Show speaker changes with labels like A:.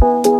A: Bye.